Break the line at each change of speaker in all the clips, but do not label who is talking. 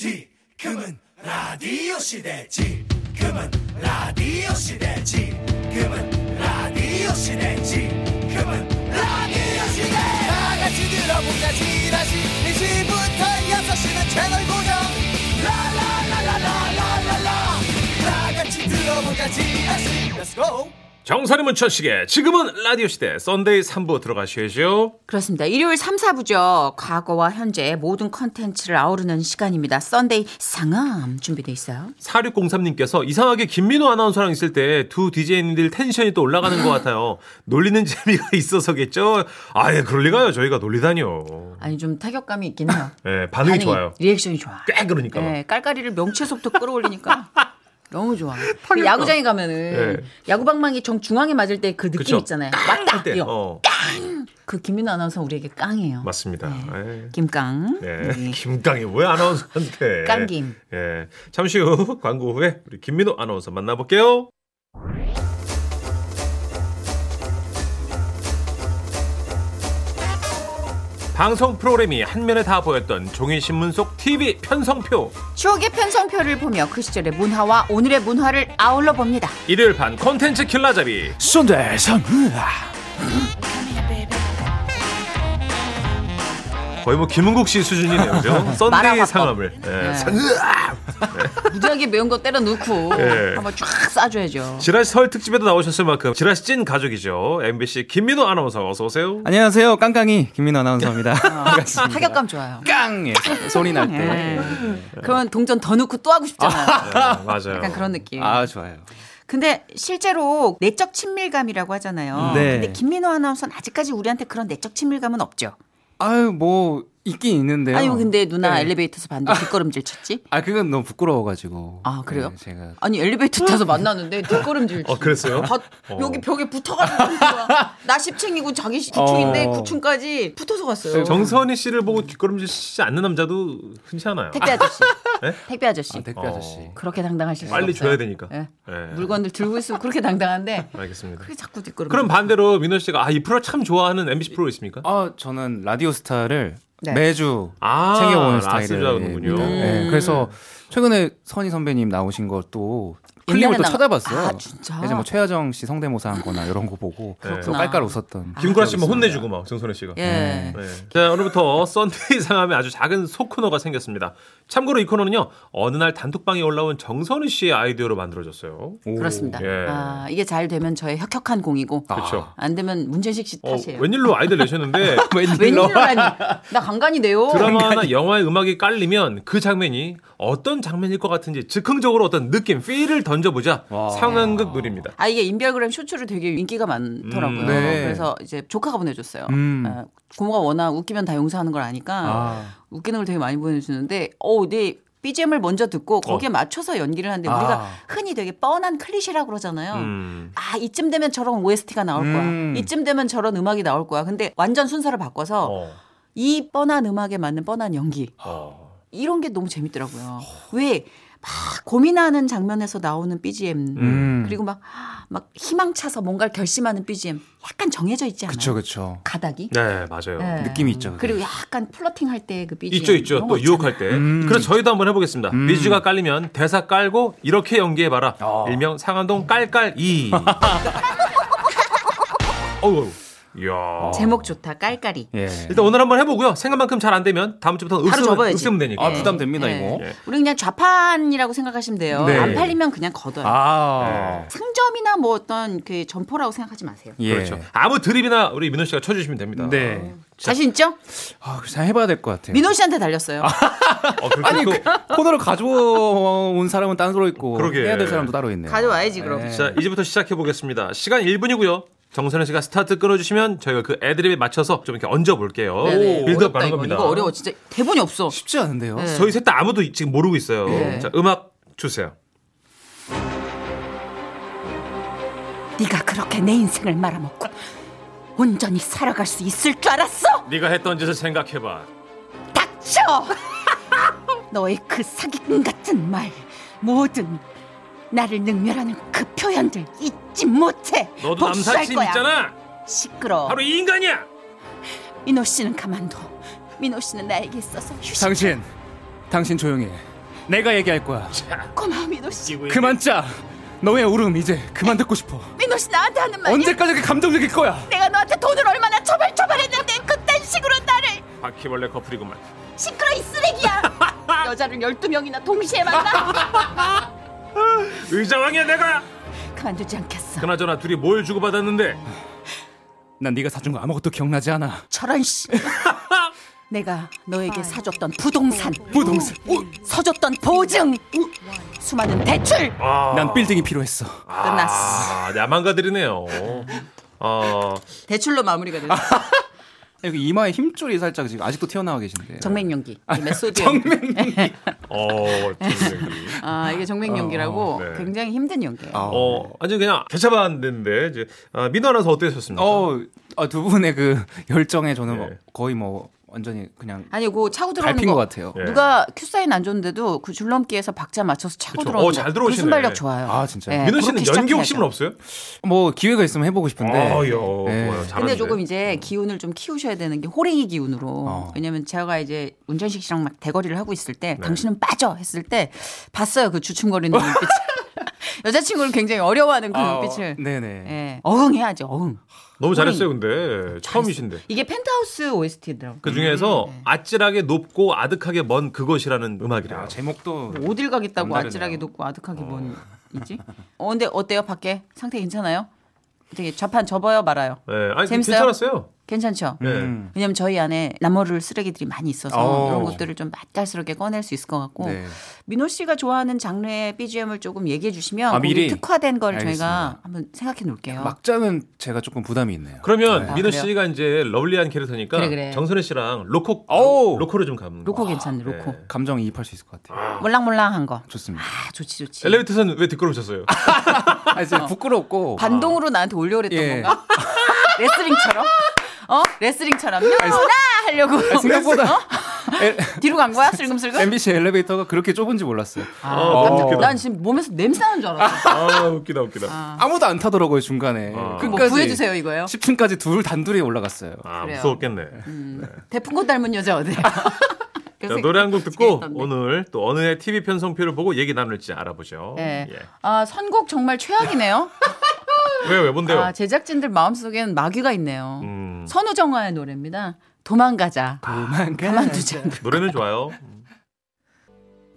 지금은 라디오 시대 지금은 라디오 시대 지금은 라디오 시대 지금은 라디오 시대 다 같이 들어보자 지라시 1시부터 6시는 채널 고정 라라라라라라라라 다 같이 들어보자 지라시 Let's go
정선이 문천식의 지금은 라디오 시대 썬데이 3부 들어가셔야죠.
그렇습니다. 일요일 3, 4부죠. 과거와 현재 모든 컨텐츠를 아우르는 시간입니다. 썬데이 상암 준비돼 있어요.
4603님께서 이상하게 김민호 아나운서랑 있을 때 두 DJ님들 텐션이 또 올라가는 것 같아요. 놀리는 재미가 있어서겠죠? 아, 예, 그럴리가요. 저희가 놀리다니요.
아니 좀 타격감이 있긴 해요.
예, 반응이 좋아요.
리액션이 좋아.
꽤 그러니까.
네, 깔깔이를 명치에서부터 끌어올리니까 너무 좋아. 그 야구장에 가면은 야구방망이 정 중앙에 맞을 때 그
네.
느낌
그쵸.
있잖아요.
할
맞다.
때.
이거.
어,
그 김민호 아나운서 우리에게 깡이에요.
맞습니다. 예.
김깡.
네.
네.
김강이 왜 아나운서한테?
깡김.
예. 잠시 후 광고 후에 우리 김민호 아나운서 만나볼게요. 방송 프로그램이 한면에 다 보였던 종이신문 속 TV 편성표
추억의 편성표를 보며 그 시절의 문화와 오늘의 문화를 아울러 봅니다.
일요일 반 콘텐츠 킬라잡이
쏜대 상으아
거의 뭐 김은국 씨 수준이네요 그죠? 썬데이
마라화법.
상암을 예.
네.
상암!
무지하게 매운 거 때려 넣고
예.
한번 쫙 싸줘야죠.
지라시 설 특집에도 나오셨을 만큼 지라시 찐 가족이죠 MBC 김민호 아나운서 어서 오세요
안녕하세요. 깡깡이 김민호 아나운서입니다. 반갑습니다.
타격감 좋아요.
깡! 예, 소리 날 때.
예. 그러면 동전 더 넣고 또 하고 싶잖아요.
아, 맞아요
약간 그런 느낌.
아, 좋아요.
근데 실제로 내적 친밀감이라고 하잖아요.
네.
근데 김민호 아나운서는 아직까지 우리한테 그런 내적 친밀감은 없죠.
아유, 뭐, 있긴 있는데요.
아니 뭐 근데 누나
네.
엘리베이터에서 봤는데 뒷걸음질 쳤지?
아, 그건 너무 부끄러워가지고.
아 그래요?
네, 제가.
아니 엘리베이터 타서 만나는데 뒷걸음질.
어, 그랬어요?
다 여기 벽에 붙어가지고 가는 거야. 나 10층이고 자기 9층인데
어.
9층까지 붙어서 갔어요.
정선희 씨를 보고 뒷걸음질치지 않는 남자도 흔치 않아요.
택배 아저씨.
네?
택배 아저씨.
아, 택배
어.
아저씨.
그렇게 당당하실 수
빨리
없어요.
줘야 되니까.
예.
예.
물건들 들고 있으면 그렇게 당당한데
알겠습니다.
그게 자꾸 뒷걸음.
그럼 반대로 민호 씨가 아, 이 프로 참 좋아하는 MBC 프로 있습니까?
아, 저는 라디오 스타를
네.
매주
아,
챙겨보는
라디오
스타일이거든요.
스타일이군요.
네,
음.
그래서 최근에 선희 선배님 나오신 것도
옛날에
클립을 또
나가-
찾아봤어요.
아, 진짜?
예전에 뭐 최하정 씨 성대모사 한 거나 이런 거 보고
네.
또 깔깔 웃었던.
김구라 씨만 뭐
기억이 있습니다.
혼내주고 막 정선희 씨가.
아, 예.
네. 자 오늘부터 썬데이 상암에 아주 작은 소코너가 생겼습니다. 참고로 이 코너는요 어느 날 단톡방에 올라온 정선희 씨의 아이디어로 만들어졌어요.
그렇습니다.
예.
아, 이게 잘 되면 저의 혁혁한 공이고
그렇죠.
안 되면 문재식 씨
어,
탓이에요.
웬일로 아이디어 내셨는데
웬일로라니? 나 간간이 돼요.
드라마나 영화의 음악이 깔리면 그 장면이 어떤 장면일 것 같은지 즉흥적으로 어떤 느낌, 필을 던져보자 상황극 놀입니다.
아 이게 인별그램 쇼츠로 되게 인기가 많더라고요.
음,
네.
그래서 이제 조카가 보내줬어요.
음.
아, 고모가 워낙 웃기면 다 용서하는 걸 아니까
아.
웃기는 걸 되게 많이 보내주는데, 어, 내 BGM을 먼저 듣고 거기에
어.
맞춰서 연기를 하는데
아.
우리가 흔히 되게 뻔한 클리셰라고 그러잖아요.
음.
아 이쯤 되면 저런 OST가 나올
음.
거야. 이쯤 되면 저런 음악이 나올 거야. 근데 완전 순서를 바꿔서
어.
이 뻔한 음악에 맞는 뻔한 연기
어.
이런 게 너무 재밌더라고요. 왜? 막 고민하는 장면에서 나오는 BGM
음.
그리고 막 막 희망차서 뭔가를 결심하는 BGM 약간 정해져 있지 않아요?
그쵸, 그쵸.
가닥이
네, 맞아요.
네.
느낌이 있죠. 그게.
그리고 약간 플러팅 할 때 그 BGM
있죠, 있죠.
이런
또
거
유혹할 때.
음.
그래서 저희도 한번 해보겠습니다. 뮤즈가 깔리면 대사 깔고 이렇게 연기해봐라.
어.
일명 상한동 깔깔이. 어우, 이야.
있잖아요. 제목 좋다 깔깔이
예.
일단 오늘 한번 해보고요. 생각만큼 잘 안 되면 다음 주부터
바로
읍쓰면,
접어야지.
읍쓰면 되니까.
아, 부담됩니다,
네.
이거.
우리 그냥 좌판이라고 생각하시면 돼요
네.
안 팔리면 그냥 걷어요
아.
상점이나 뭐 어떤 그 점포라고 생각하지 마세요
예.
그렇죠. 아무 드립이나 우리 민호 씨가 쳐주시면 됩니다.
네.
자신 있죠?
아, 잘 해봐야 될 것 같아요.
민호 씨한테 달렸어요
어, 그렇게
아니
또-
그 코너를 가져온 사람은 따로 있고
그러게.
해야 될 사람도 따로 있네요.
가져와야지 그럼
네.
자, 이제부터 시작해 보겠습니다. 시간 1분이고요. 정선혜 씨가 스타트 끊어주시면 저희가 그 애드립에 맞춰서 좀 이렇게 얹어 볼게요.
네네.
빌드업
어렵다,
하는
이거.
겁니다.
이거 어려워 진짜 대본이 없어
쉽지 않은데요.
저희 셋 다 아무도 지금 모르고 있어요.
네.
자, 음악 주세요.
네가 그렇게 내 인생을 말아먹고 온전히 살아갈 수 있을 줄 알았어?
네가 했던 짓을 생각해봐.
닥쳐! 너의 그 사기꾼 같은 말, 모든 나를 능멸하는 그 표현들 잊지 못해.
너도
복수할
남사친
거야.
있잖아.
시끄러.
바로 이 인간이야.
민호 씨는 가만둬. 민호 씨는 나에게 있어서 휴식.
당신, 당신 조용히. 해. 내가 얘기할 거야.
고마워 민호 씨.
그만 짜. 너의 울음 이제 그만 듣고 싶어.
민호 씨 나한테 하는 말이야.
언제까지 이렇게 감정적일 거야?
내가 너한테 돈을 얼마나 처벌처벌했는데 그딴 식으로 나를
바퀴벌레 커플이구만.
시끄러 이 쓰레기야. 여자를 열두 명이나 동시에 만나.
의자왕이야 내가.
그만두지 않겠어.
그나저나 둘이 뭘 주고받았는데?
난 네가 사준 거 아무것도 기억나지 않아.
저런 씨. 내가
아.
너에게 사줬던 부동산,
어,
부동산.
서줬던 보증, 수많은 대출
아,
난 빌딩이 필요했어.
끝났어.
아, 야망가들이네요. 어,
대출로 마무리가 됐어.
아.
여기 이마에 힘줄이 살짝 지금 아직도 튀어나와 계신데.
정맥용기,
아,
이 메소드.
정맥.
어, 분명히.
아 이게 정맥용기라고
네.
굉장히 힘든 용기예요.
어, 아주 그냥 개차반인데 이제 아, 민호 아나운서 어땠었습니까?
어, 아, 두 분의 그 열정에 저는
네.
뭐 거의 뭐 완전히 그냥
아니 그 차고 들어오는
밟힌
거
것 같아요.
예.
누가 큐사인 안 줬는데도 그 줄넘기에서 박자 맞춰서 차고
그쵸.
들어오는
어, 잘
거.
들어오시네.
그 순발력 좋아요.
아, 진짜요?
예,
민호
그렇게
씨는
시작해야죠. 네.
연기 욕심은 없어요?
뭐 기회가 있으면 해보고 싶은데.
아, 예.
예.
네.
근데 조금 이제 기운을 좀 키우셔야 되는 게 호랭이 기운으로.
음. 어.
왜냐면 제가 이제 운전식 씨랑 막 대거리를 하고 있을 때
네.
당신은 빠져 했을 때 봤어요. 그 주춤거리는 눈빛. 여자친구를 굉장히 어려워하는 그
아,
눈빛을.
네네.
예. 어흥 해야지. 어흥.
너무 잘했어요,
음,
근데 처음이신데.
이게 펜트하우스 OST더라고.
그 중에서
네.
아찔하게 높고 아득하게 먼 그것이라는 음악이래요.
아, 제목도
어딜 가겠다고
남다르네요.
아찔하게 높고 아득하게 뭔 이지? 어 근데 어때요? 밖에 상태 괜찮아요? 되게 좌판 접어요, 말아요.
네, 아니
재밌어요? 음.
괜찮았어요.
괜찮죠?
네.
음.
왜냐면 저희 안에 나무를 쓰레기들이 많이 있어서
어.
그런 것들을 좀 맛깔스럽게 꺼낼 수 있을 것 같고
네.
민호 씨가 좋아하는 장르의 BGM을 조금 얘기해 주시면
아,
거기
미리?
특화된 걸 저희가
알겠습니다.
한번 생각해 놓을게요.
막장은 제가 조금 부담이 있네요.
그러면
네.
민호
아, 그래요?
씨가 이제 러블리한 캐릭터니까
그래, 그래.
정선혜 씨랑 로코
어우.
로코를 좀 가면. 아,
로코 괜찮네, 로코.
감정 이입할 수 있을 것 같아요.
몰랑몰랑한 거.
좋습니다.
아 좋지 좋지.
엘리베이터에서는 왜 뒷걸음쳤어요?
아,
어.
이제 부끄럽고
반동으로 나한테 올려 그랬던
예.
건가? 레슬링처럼? 어? 레슬링처럼 명나 하려고 어?
아, 생각보다 엘-
뒤로 간 거야 슬금슬금?
MBC 엘리베이터가 그렇게 좁은지 몰랐어요.
아,
어,
깜짝-
웃기다.
난 지금 몸에서 냄새 나는 줄 알았어.
아 웃기다 웃기다.
아무도 안 타더라고요 중간에.
아.
뭐
끝까지
구해주세요 이거요.
10층까지 둘 단둘이 올라갔어요.
아
그래요.
무서웠겠네.
대풍꽃 닮은 여자 어디야? 그
자, 노래 한 곡 듣고
네.
오늘 또 어느 해 TV 편성표를 보고 얘기 나눌지 알아보죠.
예.
예.
아 선곡 정말 최악이네요.
왜요 왜 뭔데요?
아 제작진들 마음속엔 마귀가 있네요.
음.
선우정아의 노래입니다. 도망가자. 가만두지 않
노래는 좋아요.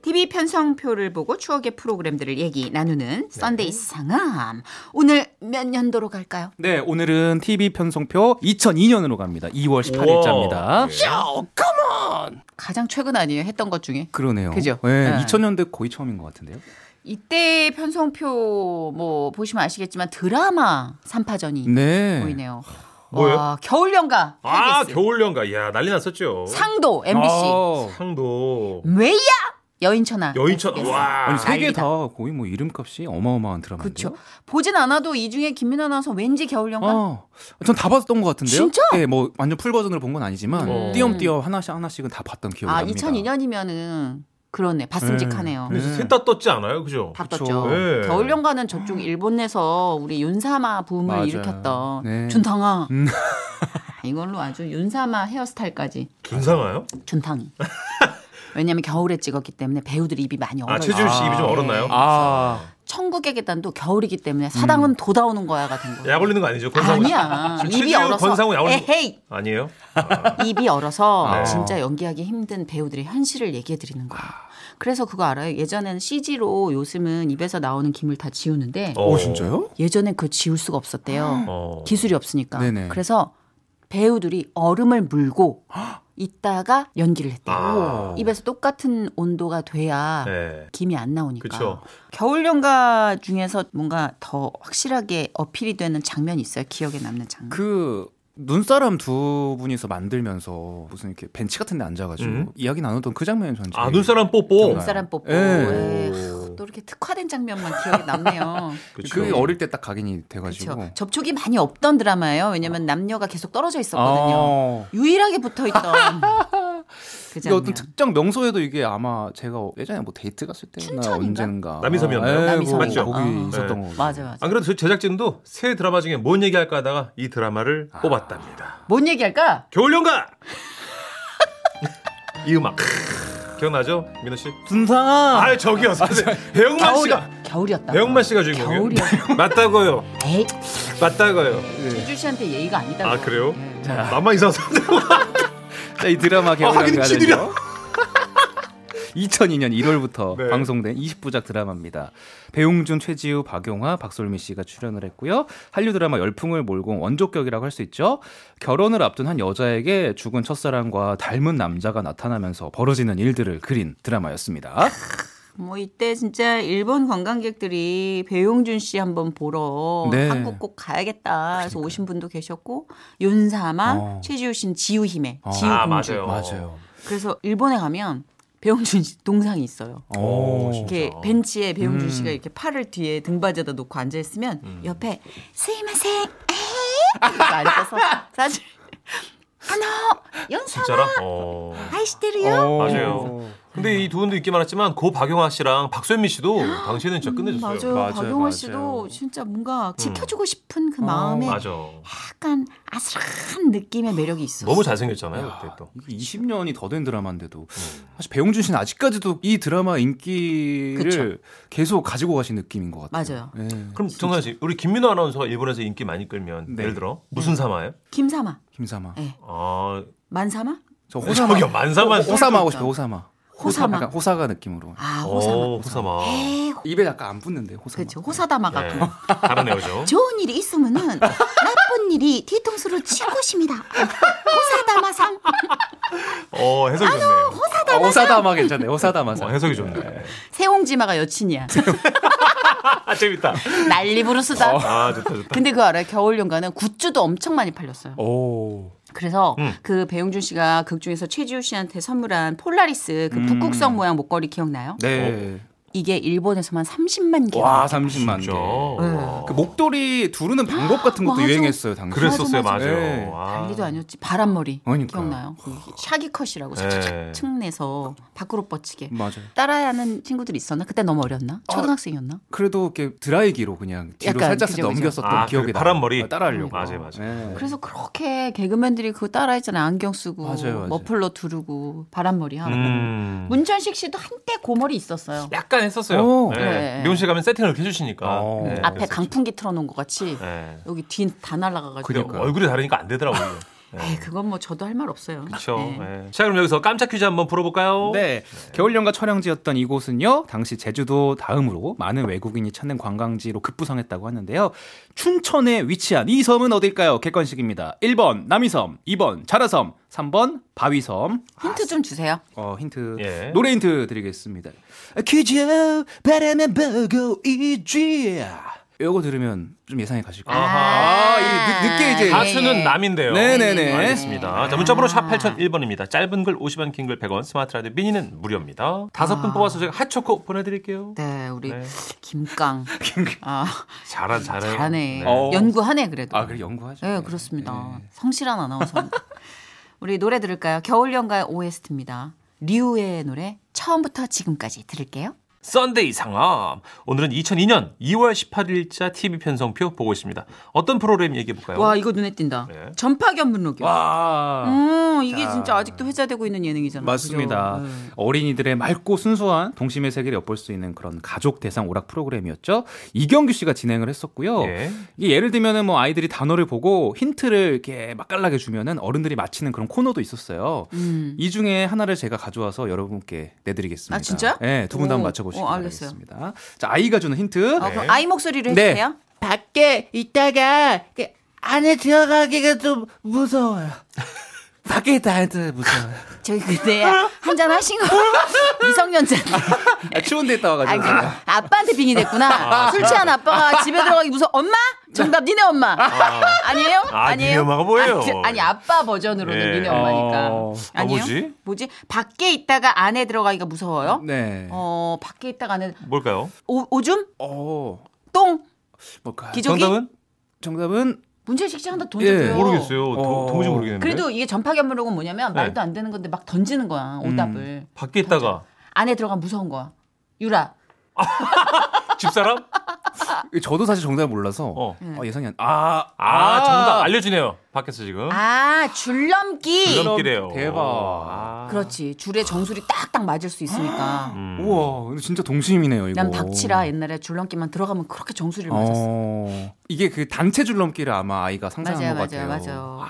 TV 편성표를 보고 추억의 프로그램들을 얘기
네.
나누는 썬데이 상암. 오늘 몇 년도로 갈까요?
네, 오늘은 TV 편성표 2002년으로 갑니다. 2월 18일자입니다.
예.
예.
가장 최근 아니에요? 했던 것 중에.
그러네요.
그죠?
네,
네.
2000년대 거의 처음인 것 같은데요.
이때 편성표 뭐 보시면 아시겠지만 드라마 삼파전이
네.
보이네요.
뭐예요?
와, 겨울연가.
아
KBS.
겨울연가. 이야 난리 났었죠.
상도 MBC.
아,
상도
왜야? 여인천하. 네,
여인천.
SBS.
와.
아니 세 개
난리다.
다 거의 뭐 이름값이 어마어마한 드라마인데요.
그렇죠. 보진 않아도 이 중에 김민아 나운서 왠지 겨울연가. 아,
어, 전 다 봤던 것 같은데요.
진짜?
네, 뭐 완전 풀 버전으로 본 건 아니지만
음.
띄엄띄엄 하나씩 하나씩은 다 봤던 기억이
아,
납니다.
2002년이면은 그러네. 봤음직하네요.
근데 셋다 떴지 않아요, 그죠?
바꿨죠.
그쵸. 네.
겨울 연가는 저쪽 일본 내서 우리 윤사마 붐을
맞아요.
일으켰던
네.
준탕아. 이걸로 아주 윤사마 헤어스타일까지
준상아요?
준탕이. 왜냐면 겨울에 찍었기 때문에 배우들 입이 많이 얼어요.
아 최준 씨 입이 좀
아. 음.
얼었나요?
아,
천국의 계단도 겨울이기 때문에 사당은 도다오는 거야가 된 거예요.
약 올리는 거 아니죠? 권상우 씨?
아니야.
지금
입이
최재형,
얼어서.
권상우 약 올리는 거
에헤이.
아니에요?
입이 얼어서
네.
진짜 연기하기 힘든 배우들의 현실을 얘기해 드리는 거예요. 그래서 그거 알아요? 예전엔 CG로 요즘은 입에서 나오는 김을 다 지우는데
어.
예전엔 그걸 지울 수가 없었대요.
어.
기술이 없으니까.
네네.
그래서 배우들이 얼음을 물고 있다가 연기를 했대요.
아.
입에서 똑같은 온도가 돼야
네.
김이 안 나오니까.
그쵸.
겨울 연가 중에서 뭔가 더 확실하게 어필이 되는 장면이 있어요. 기억에 남는 장면.
그 눈사람 두 분이서 만들면서 무슨 이렇게 벤치 같은 데 앉아가지고
음.
이야기 나누던 그 장면이 전
아 눈사람 뽀뽀.
눈사람 뽀뽀.
예.
예. 하, 또 이렇게 특화된 장면만 기억에 남네요.
그쵸.
그 어릴 때 딱 각인이 돼가지고
그렇죠. 접촉이 많이 없던 드라마예요. 왜냐면 남녀가 계속 떨어져 있었거든요.
아.
유일하게 붙어 있던 그
이게
장면.
어떤 특정 명소에도 이게 아마 제가 예전에 뭐 데이트 갔을 때나
춘천인가?
언젠가
남이섬이었나요?
예,
남이섬.
뭐
맞죠?
거기
아.
있었던
네.
거
맞아 맞아.
안 그래도 저희 제작진도 새 드라마 중에 뭔 얘기할까 하다가 이 드라마를
아.
뽑았답니다.
뭔 얘기할까?
겨울연가. 이 음악. 기억나죠? 민호 씨?
준상아.
아, 저기요. 선생님. 배영만
겨울이
씨가
겨울이었다.
배영만 씨가 주인공이에요.
겨울이었다.
맞다고요.
에이,
맞다고요.
기주 씨한테 예의가 아니다.
아, 그래요? 나만 이상한 사람들.
자, 이 드라마 개봉
아, 하긴 지들이야.
2002년 1월부터
네.
방송된 20부작 드라마입니다. 배용준, 최지우, 박용화, 박솔미 씨가 출연을 했고요. 한류 드라마 열풍을 몰고 온 원조격이라고 할 수 있죠. 결혼을 앞둔 한 여자에게 죽은 첫사랑과 닮은 남자가 나타나면서 벌어지는 일들을 그린 드라마였습니다.
뭐 이때 진짜 일본 관광객들이 배용준 씨 한번 보러
네.
한국 꼭 가야겠다 해서 오신 분도 계셨고 윤사마,
어.
최지우 씨는 지우 힘에
어.
지우
아,
공주.
맞아요.
그래서 일본에 가면 배용준 씨 동상이 있어요.
오,
이렇게 벤치에
음.
배용준 씨가 이렇게 팔을 뒤에 등받이에다 놓고 앉아 있으면 옆에 스이마셍 에헤이 앉아서 사실 아노 윤사마
진짜라? 어.
아이시테르요
맞아요. 근데 이 두 분도 인기 많았지만 고 박용화 씨랑 박소미 씨도 당시에는 진짜 끝내줬어요.
음,
음.
맞아요.
맞아요,
박용화
맞아요.
씨도 진짜 뭔가 지켜주고 싶은 그 마음에
어, 맞아.
약간 아슬한 느낌의 매력이 있었어요.
너무 잘생겼잖아요 그때 또.
20년이 더 된 드라마인데도
음.
사실 배용준 씨는 아직까지도 이 드라마 인기를
그쵸.
계속 가지고 가신 느낌인 것 같아요. 네. 맞아요.
그럼 정선 씨, 우리 김민호 아나운서가 일본에서 인기 많이 끌면
네.
예를 들어 무슨 사마예요?
김사마,
김사마.
예.
아,
만사마,
저 호사마.
저기요 만사만.
어, 호사마 하고 싶어요. 호사마.
호사마.
약간 호사가 느낌으로.
아 호사마,
오, 어. 호사마.
에 호,
입에 약간 안 붙는데 호사마.
그렇죠. 호사다마 같은.
네, 잘하네요죠.
좋은 일이 있으면은 나쁜 일이 뒤통수로 치고 십니다. 호사다마상.
어 해석이 좋네요.
아, 호사다마 괜찮네. 호사다마.
어, 해석이 좋네.
세홍지마가 여친이야.
아 재밌다.
난리 부르스다.
어.
아 좋다 좋다.
근데 그거 알아요? 겨울 연가는 굿즈도 엄청 많이 팔렸어요.
오.
그래서
음.
그 배용준 씨가 극 중에서 최지우 씨한테 선물한 폴라리스 그 북극성 모양 목걸이 기억나요?
음. 네.
이게 일본에서만 30만 개.
와 30만 개.
어. 진짜. 와.
그 목도리 두르는 방법 같은 것도
맞아.
유행했어요 당시.
어, 그랬었어요
맞아,
맞아요.
네.
와.
난리도 아니었지. 바람머리.
그러니까요.
기억나요? 샤기컷이라고
네.
착착착 내서 밖으로 뻗치게.
맞아요.
따라야 하는 친구들 이 있었나? 그때 너무 어렸나? 초등학생이었나?
그래도 이렇게 드라이기로 그냥 뒤로
약간
살짝
그죠, 그죠.
넘겼었던
아,
기억이
그
나.
파란 머리?
따라하려고.
맞아요, 맞아요.
네.
그래서 그렇게 개그맨들이 그거 따라했잖아요. 안경 쓰고
맞아요, 맞아요.
머플러 두르고 바람머리 하고.
음.
문천식 씨도 한때 고머리 있었어요.
약간 했었어요.
오.
네.
네.
미용실 가면 세팅을 이렇게 해주시니까.
어.
네,
앞에
그래서-
강풍기 틀어놓은 것 같이
네.
여기 뒤 다 날아가가지고.
근데
그러니까요. 네.
얼굴이 다르니까 안 되더라고요.
에이, 그건 뭐 저도 할 말 없어요.
그렇죠.
네.
자 그럼 여기서 깜짝 퀴즈 한번 풀어볼까요?
네. 겨울 연가 촬영지였던 이곳은요, 당시 제주도 다음으로 많은 외국인이 찾는 관광지로 급부상했다고 하는데요. 춘천에 위치한 이 섬은 어딜까요? 객관식입니다. 1번 남이섬, 2번 자라섬, 3번 바위섬.
힌트 좀 주세요.
어, 힌트.
예.
노래 힌트 드리겠습니다. 그저 바람에 보고 있지. 요거 들으면 좀 예상이 가실 거예요.
아하.
아, 이 늦- 늦게 이제
아, 예.
가수는 남인데요.
네네네.
알겠습니다. 자, 문자번호 샵 8001번입니다. 짧은 글 50원, 긴 글 100원, 스마트 라디오 미니는 무료입니다. 다섯 분 뽑아서 제가 핫초코 보내드릴게요.
네, 우리
네.
김깡. 아,
잘하, 잘해.
잘하네.
어.
연구하네, 그래도.
아, 그래 연구하죠.
네, 그렇습니다. 성실한 아나운서. 우리 노래 들을까요? 겨울연가의 OST입니다. 리우의 노래 처음부터 지금까지 들을게요.
썬데이 상암. 오늘은 2002년 2월 18일자 TV 편성표 보고 있습니다. 어떤 프로그램 얘기해볼까요?
와, 이거 눈에 띈다.
네.
전파견 분노교.
와.
음, 이게 진짜 아직도 회자되고 있는 예능이잖아요.
음, 맞습니다.
그죠? 네.
어린이들의 맑고 순수한 동심의 세계를 엿볼 수 있는 그런 가족 대상 오락 프로그램이었죠. 이경규 씨가 진행을 했었고요.
예.
이게 예를 들면은 뭐 아이들이 단어를 보고 힌트를 이렇게 맛깔나게 주면은 어른들이 맞히는 그런 코너도 있었어요.
음.
이 중에 하나를 제가 가져와서 여러분께 내드리겠습니다.
아, 진짜요?
네, 두 분 다
오,
한번 맞춰보시기
오, 알겠어요.
바라겠습니다. 자, 아이가 주는 힌트.
어,
네.
그럼 아이 목소리로
네.
해주세요.
밖에 있다가 그 안에 들어가기가 좀 무서워요. 밖에 있다가 무서워요.
저기 근데
어?
한잔 하신 거 미성년자.
아, 추운데 있다
아,
와가지고.
그 아빠한테 빙이 됐구나. 술 취한 아빠가 집에 들어가기 무서워. 엄마? 정답 니네 엄마. 아. 니에요
아, 니네 엄마가 뭐예요?
아, 그- 아니 아빠 버전으로는
예.
니네 엄마니까.
어,
아,
아니에요?
뭐지?
뭐지? 밖에 있다가 안에 들어가기가 무서워요?
네. 어.
어, 밖에 있다가 안에
뭘까요?
오, 오줌? 똥?
어, 뭘까요?
기저귀?
아, 정답은?
정답은
문채식 씨 하나 돈
예.
주세요. 네.
모르겠어요. 도,
어.
도무지 모르겠는데.
그래도 이게 전파견물로는 뭐냐면 말도 안 되는 건데 막 던지는 거야. 오답을.
밖에 있다가
안에 들어가면 무서운 거야. 유라.
집사람?
저도 사실 정답 몰라서
어.
네.
아, 예상이 안. 아,
아, 정답 알려주네요. 밖에서 지금.
아 줄넘기.
줄넘기. 웃기네요.
대박.
아.
그렇지 줄에 정수리 딱딱 맞을 수 있으니까.
음.
우와, 근데 진짜 동심이네요 이거.
난 박치라 옛날에 줄넘기만 들어가면 그렇게 정수리를 맞았어.
어, 이게 그 단체 줄넘기를 아마 아이가 상상한
맞아요,
것 같아요.
맞아요, 맞아요.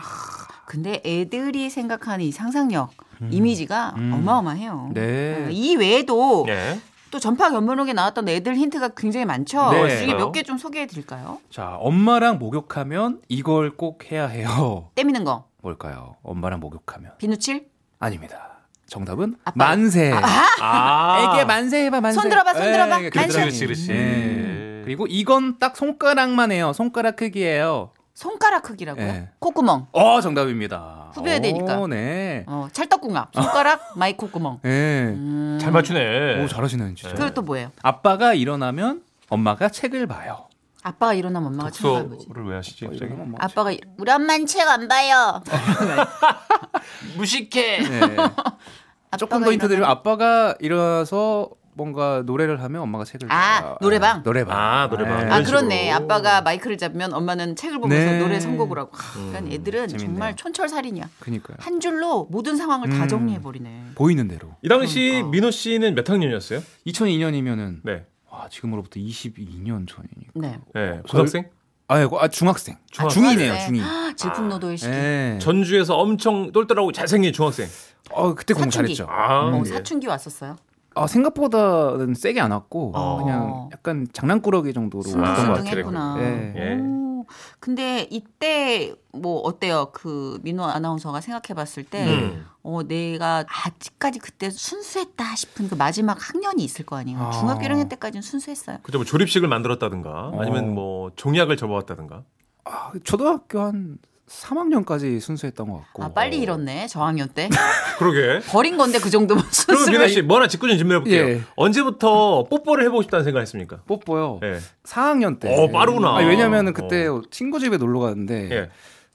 근데 애들이 생각하는 이 상상력,
음.
이미지가 어마어마해요.
네.
어, 이 외에도
예.
또 전파 견문옥에 나왔던 애들 힌트가 굉장히 많죠.
네.
그래서 이게 몇 개 좀 소개해 드릴까요?
자, 엄마랑 목욕하면 이걸 꼭 해야 해요.
때미는 거,
뭘까요? 엄마랑 목욕하면
비누칠,
아닙니다. 정답은
아빠.
만세.
아.
애기야 만세 해봐 만세.
손 들어봐, 손 들어봐.
예,
그렇지,
만세.
그렇지, 그렇지.
예. 그리고 이건 딱 손가락만 해요. 손가락 크기예요.
손가락 크기라고요.
네.
콧구멍,
어, 정답입니다.
후벼야 되니까.
오, 네.
어, 음. 찰떡궁합, 손가락, 마이 콧구멍.
예.
잘 맞추네.
오, 잘하시네요, 진짜.
그리고 또 뭐예요?
아빠가 일어나면 엄마가 책을 봐요.
아빠가 일어나면 엄마가 쳐다봐야 보지.
독서를 왜 하시지? 어, 갑자기?
아빠가 일- 우리 엄마는 책 안 봐요.
무식해.
네. 조금
아빠가
더 힌트
일어나면-
드리면 아빠가 일어나서 뭔가 노래를 하면 엄마가 책을
아,
봐요. 네.
노래방?
노래방.
아, 노래방.
네.
이런
아
식으로.
그렇네. 아빠가 마이크를 잡으면 엄마는 책을 보면서
네.
노래 선곡을 하고. 하, 그러니까 애들은
재밌네요.
정말 촌철살인이야.
그니까요.
한 줄로 모든 상황을
음.
다 정리해 버리네.
보이는 대로.
이 당시 민호 씨는 몇 학년이었어요?
2002년이면은
네.
와, 지금으로부터 22년 전이니까.
네.
네. 고등학생?
아, 예, 아 중학생.
중학생.
중이네요, 중이.
아, 질풍노도의 시기.
네.
예.
전주에서 엄청 똘똘하고 잘생긴 중학생.
어, 그때 공부
사춘기.
잘했죠.
아.
어,
예.
사춘기 왔었어요.
아, 생각보다는 세게 안 왔고
어.
그냥 약간 장난꾸러기 정도로 왔던 것 같아요.
순둥순둥했구나.
예.
예.
오, 근데 이때 뭐 어때요? 그 민호 아나운서가 생각해봤을 때,
음.
어 내가 아직까지 그때 순수했다 싶은 그 마지막 학년이 있을 거 아니에요.
아.
중학교 1학년 때까지는 순수했어요.
그죠 뭐 조립식을 만들었다든가
어.
아니면 뭐 종약을 접어왔다든가
아, 초등학교 한 3학년까지 순수했던 것 같고.
아
어.
빨리 잃었네 저학년 때
그러게
버린 건데 그 정도면
그럼
순수를
민아 씨 뭐나 짓궂은 질문해 볼게요
예.
언제부터 뽀뽀를 해보고 싶다는 생각했습니까
뽀뽀요.
예.
4학년 때.
어, 빠르구나. 어.
아니, 왜냐면은 그때 친구 집에 놀러 갔는데
예.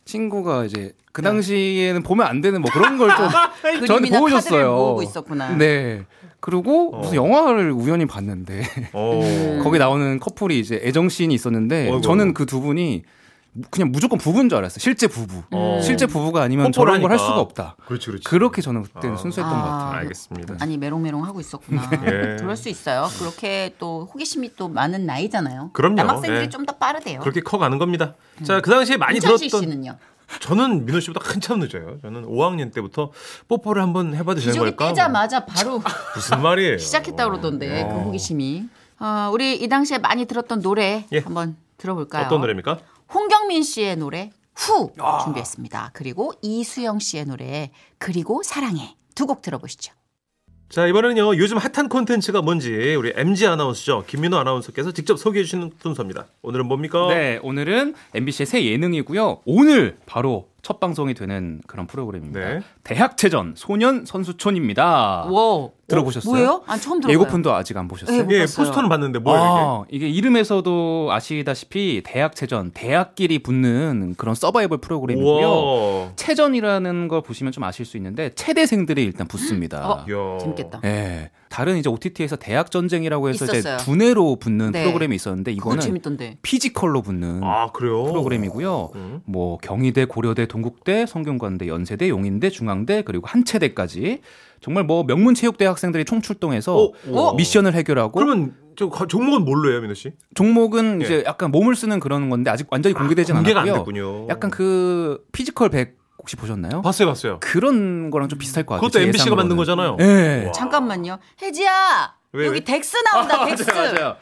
친구가 이제 그 당시에는 보면 안 되는 뭐 그런 걸 또 저는
네. 그림이나 카드를
보여줬어요.
모으고 있었구나.
네. 그리고
어.
무슨 영화를 우연히 봤는데
어.
음.
거기 나오는 커플이 이제 애정 씬이 있었는데
어이구,
저는
어이구.
그 두 분이 그냥 무조건 부부인 줄 알았어요. 실제 부부.
어.
실제 부부가 아니면
뽀뽀를
저런 걸 할
하니까.
수가 없다.
그렇지 그렇지
그렇게 저는 그때는
아.
순수했던
아.
것 같아요.
알겠습니다
아니 메롱메롱 하고 있었구나.
예.
그럴 수 있어요. 그렇게 또 호기심이 또 많은 나이잖아요.
그럼요.
남학생들이
예.
좀 더 빠르대요.
그렇게 커가는 겁니다
음.
자 그 당시에 많이
이철씨
들었던
씨는요.
저는 민호 씨보다 한참 늦어요 저는 5학년 때부터 뽀뽀를 한번 해봐도 되는
기저귀
걸까
떼자마자 바로
무슨 말이에요
시작했다 그러던데
어.
그 호기심이. 아 우리 이 당시에 많이 들었던 노래
예.
한번 들어볼까요?
어떤 노래입니까
홍경민 씨의 노래 후 준비했습니다. 그리고 이수영 씨의 노래 그리고 사랑해 두 곡 들어보시죠.
자 이번에는요 요즘 핫한 콘텐츠가 뭔지 우리 MG 아나운서죠 김민호 아나운서께서 직접 소개해 주시는 순서입니다 오늘은 뭡니까 예,
네, 오늘은 MBC의 새 예능이고요. 오늘 바로 첫 방송이 되는 그런 프로그램입니다.
네.
대학체전 소년 선수촌입니다.
와
아. 들어보셨어요?
뭐예요? 아 처음 들어봐요. 네.
예고편도 아직 안 보셨어요?
못
예,
봤어요.
포스터는 봤는데 뭐예요 이게?
아, 이게 이름에서도 아시다시피 대학체전, 대학끼리 붙는 그런 서바이벌 프로그램이고요.
우와.
체전이라는 걸 보시면 좀 아실 수 있는데 체대생들이 일단 붙습니다.
어.
이야.
재밌겠다.
예. 다른 이제 OTT에서 대학 전쟁이라고 해서
있었어요.
이제 두뇌로 붙는
네.
프로그램이 있었는데
그거
이거는
재밌던데.
피지컬로 붙는
아 그래요?
프로그램이고요.
음.
뭐 경희대, 고려대, 동국대, 성균관대, 연세대, 용인대, 중앙대 그리고 한체대까지 정말 뭐 명문 체육대 학생들이 총출동해서
어? 어?
미션을 해결하고
그러면 저 거- 종목은 뭘로 해요, 민호 씨?
종목은
예.
이제 약간 몸을 쓰는 그런 건데 아직 완전히 공개되진
공개가 안
않았고요.
됐군요.
약간 그 피지컬 100 혹시 보셨나요?
봤어요, 봤어요.
그런 거랑 좀 비슷할 것 같아요.
그것도
제
MBC가 만든 거잖아요.
예상으로는.
네.
예.
와.
잠깐만요. 혜지야.
왜,
여기
왜?
덱스 나온다. 덱스.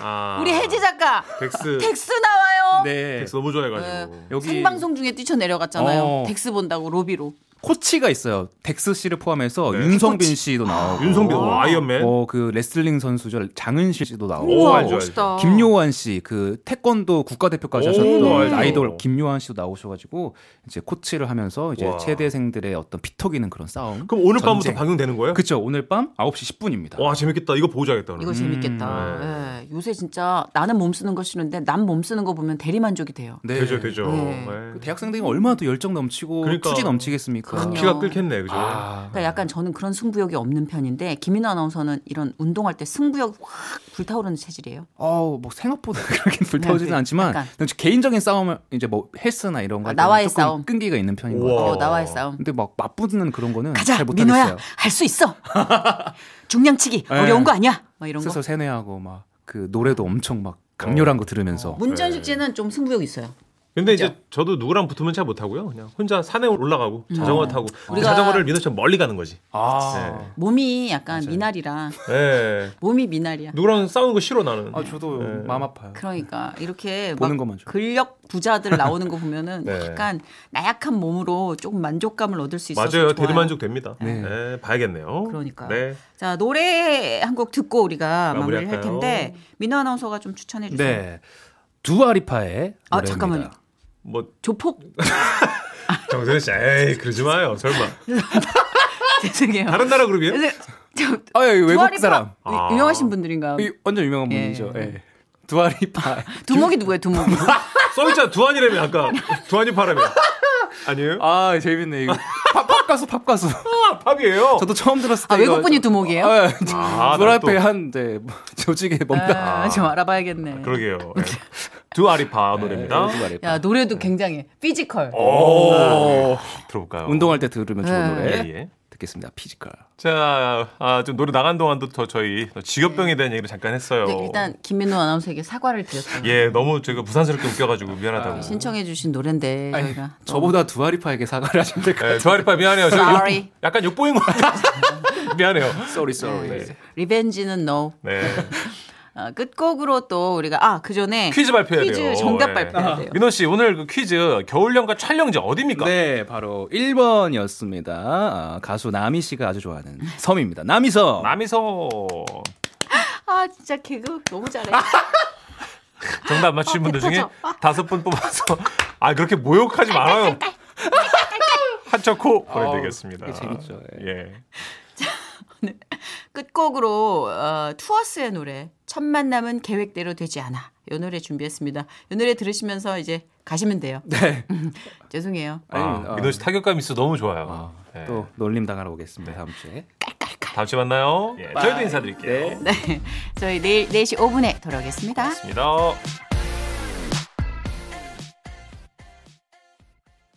아. 그
우리 혜지 작가.
덱스
덱스 네. 나와요.
네.
덱스 너무 좋아해가지고.
여기
생방송 중에 뛰쳐내려갔잖아요.
어.
덱스 본다고 로비로.
코치가 있어요. 덱스 씨를 포함해서
네.
윤성빈
코치.
씨도 나오고
윤성빈 와, 아이언맨.
어, 그 레슬링 선수죠. 장은실 씨도 나오고
오,
우와,
알죠, 알죠.
멋있다.
김요한 씨 그 태권도 국가대표까지
오, 네,
하셨던
알죠.
아이돌 김요한 씨도 나오셔가지고 이제 코치를 하면서 이제
와.
체대생들의 어떤 피터기는 그런 싸움.
그럼 오늘 밤부터
전쟁.
방영되는 거예요?
그쵸 오늘 밤 9시 10분입니다.
와 재밌겠다. 이거 보자겠다.
이거
오늘.
음,
재밌겠다.
네.
예, 요새 진짜 나는 몸 쓰는 거 싫은데 남 몸 쓰는 거 보면 대리만족이 돼요.
네.
되죠, 되죠.
네.
네.
그 대학생들이 얼마나 또 열정 넘치고
그러니까.
투지 넘치겠습니까? 그러니까.
그럼요.
피가 끓겠네, 그죠?
아,
그러니까 약간 저는 그런 승부욕이 없는 편인데 김민호 아나운서는 이런 운동할 때 승부욕 확 불타오르는 체질이에요.
어우, 뭐 생각보다 그렇게 불타오지는
네,
않지만
약간.
근데 개인적인 싸움을 이제 뭐 헬스나 이런 거
아,
할 때는
나와의
조금
싸움.
끈기가 있는 편인 것
우와.
같아요.
어, 나와의 싸움.
근데 막 맞붙는 그런 거는
가자
음, 잘
민호야
못하겠어요. 네.
할 수 있어. 중량치기 어려운 거 아니야? 막 이런 거.
스스로 세뇌하고 막 그 노래도 엄청 막
어.
강렬한 거 들으면서
문전식 씨는 좀 승부욕 있어요.
근데 이제 저도 누구랑 붙으면 잘 못하고요. 그냥 혼자 산에 올라가고 자전거 타고
음. 우리가-
자전거를 민호처럼 멀리 가는 거지.
아,
네.
몸이 약간 미나리라
예.
몸이 미나리야.
누구랑 싸우는 거 싫어 나는.
아 저도
네.
마음 아파요.
그러니까 이렇게 막
보는 것만 좋아.
근력 부자들 나오는 거 보면은
네.
약간 나약한 몸으로 조금 만족감을 얻을 수 있어서
맞아요.
좋아요.
대리만족 됩니다.
네.
네. 봐야겠네요.
그러니까요.
네.
자 노래 한 곡 듣고 우리가 마무리를 할
마무리할까요?
텐데 민호 아나운서가 좀 추천해 주세요.
네. 두아리파의
아,
노래입니다.
잠깐만요.
뭐
조폭
정선 씨, 에이 그러지 마요. 설마
죄송해요.
다른 나라 그룹이에요?
근데 저-
아, 예, 외국
두아리파
사람.
아.
유- 유명하신 분들인가?
이, 완전 유명한
예.
분이죠. 예. 두아리파.
두목이 누구예요? 두목.
써있잖아 두한이라며 아까 두한이 파라며 아니에요?
아, 재밌네. 이거 팝, 팝 가수, 팝 가수.
아, 팝이에요.
저도 처음 들었을
아
때 이거-
외국분이 두목이에요?
아,
음,
나
두아리파의
또-
한 네, 뭐, 조직의 뭔가
아, 좀 알아봐야겠네.
그러게요. 예. 두아리파
네,
노래입니다.
네, 두아리파.
야 노래도 굉장해. 피지컬.
오. 들어볼까요?
운동할 때 들으면 좋은
네.
노래
예, 예.
듣겠습니다. 피지컬.
자, 아, 좀 노래 나간 동안도 더 저희 직업병에 대한 얘기를 잠깐 했어요.
네, 일단 김민호 아나운서에게 사과를 드렸어요.
예, 너무 제가 부산스럽게 웃겨가지고
아,
미안하다고.
신청해주신 노래인데
아니,
저희가
저보다 두아리파에게 사과를 하시면 될 것
예,
같아요.
두아리파 미안해요. 저
Sorry.
욕, 약간 욕보인 것 같아요. 미안해요.
Sorry, sorry.
네.
리벤지는 no.
네.
어, 끝곡으로 또 우리가 아 그 전에
퀴즈 발표해야
퀴즈
돼요.
정답
예.
발표해야 돼요.
민호 씨, 오늘 그 퀴즈 겨울연가 촬영지 어디입니까?
그러니까.
네, 바로 1번이었습니다. 아, 가수 나미 씨가 아주 좋아하는 섬입니다. 남이섬.
남이서
아 진짜 개그 너무 잘해.
정답 맞추신
어,
분들 중에
대표죠. 아.
다섯 분 뽑아서 아 그렇게 모욕하지 말아요. 한척코 보내드리겠습니다.
그게 아, 재밌죠, 예.
예.
끝곡으로 어, 투어스의 노래 첫 만남은 계획대로 되지 않아. 이 노래 준비했습니다. 이 노래 들으시면서 이제 가시면 돼요.
네.
죄송해요.
아,
아니, 아.
민호 씨 타격감 있어 너무 좋아요.
아,
예.
또 놀림 당하러 오겠습니다. 다음 주에.
다음 주에 만나요. 예, 저희도 인사드릴게요.
네. 저희 내일 4시 5분에 돌아오겠습니다.
고맙습니다.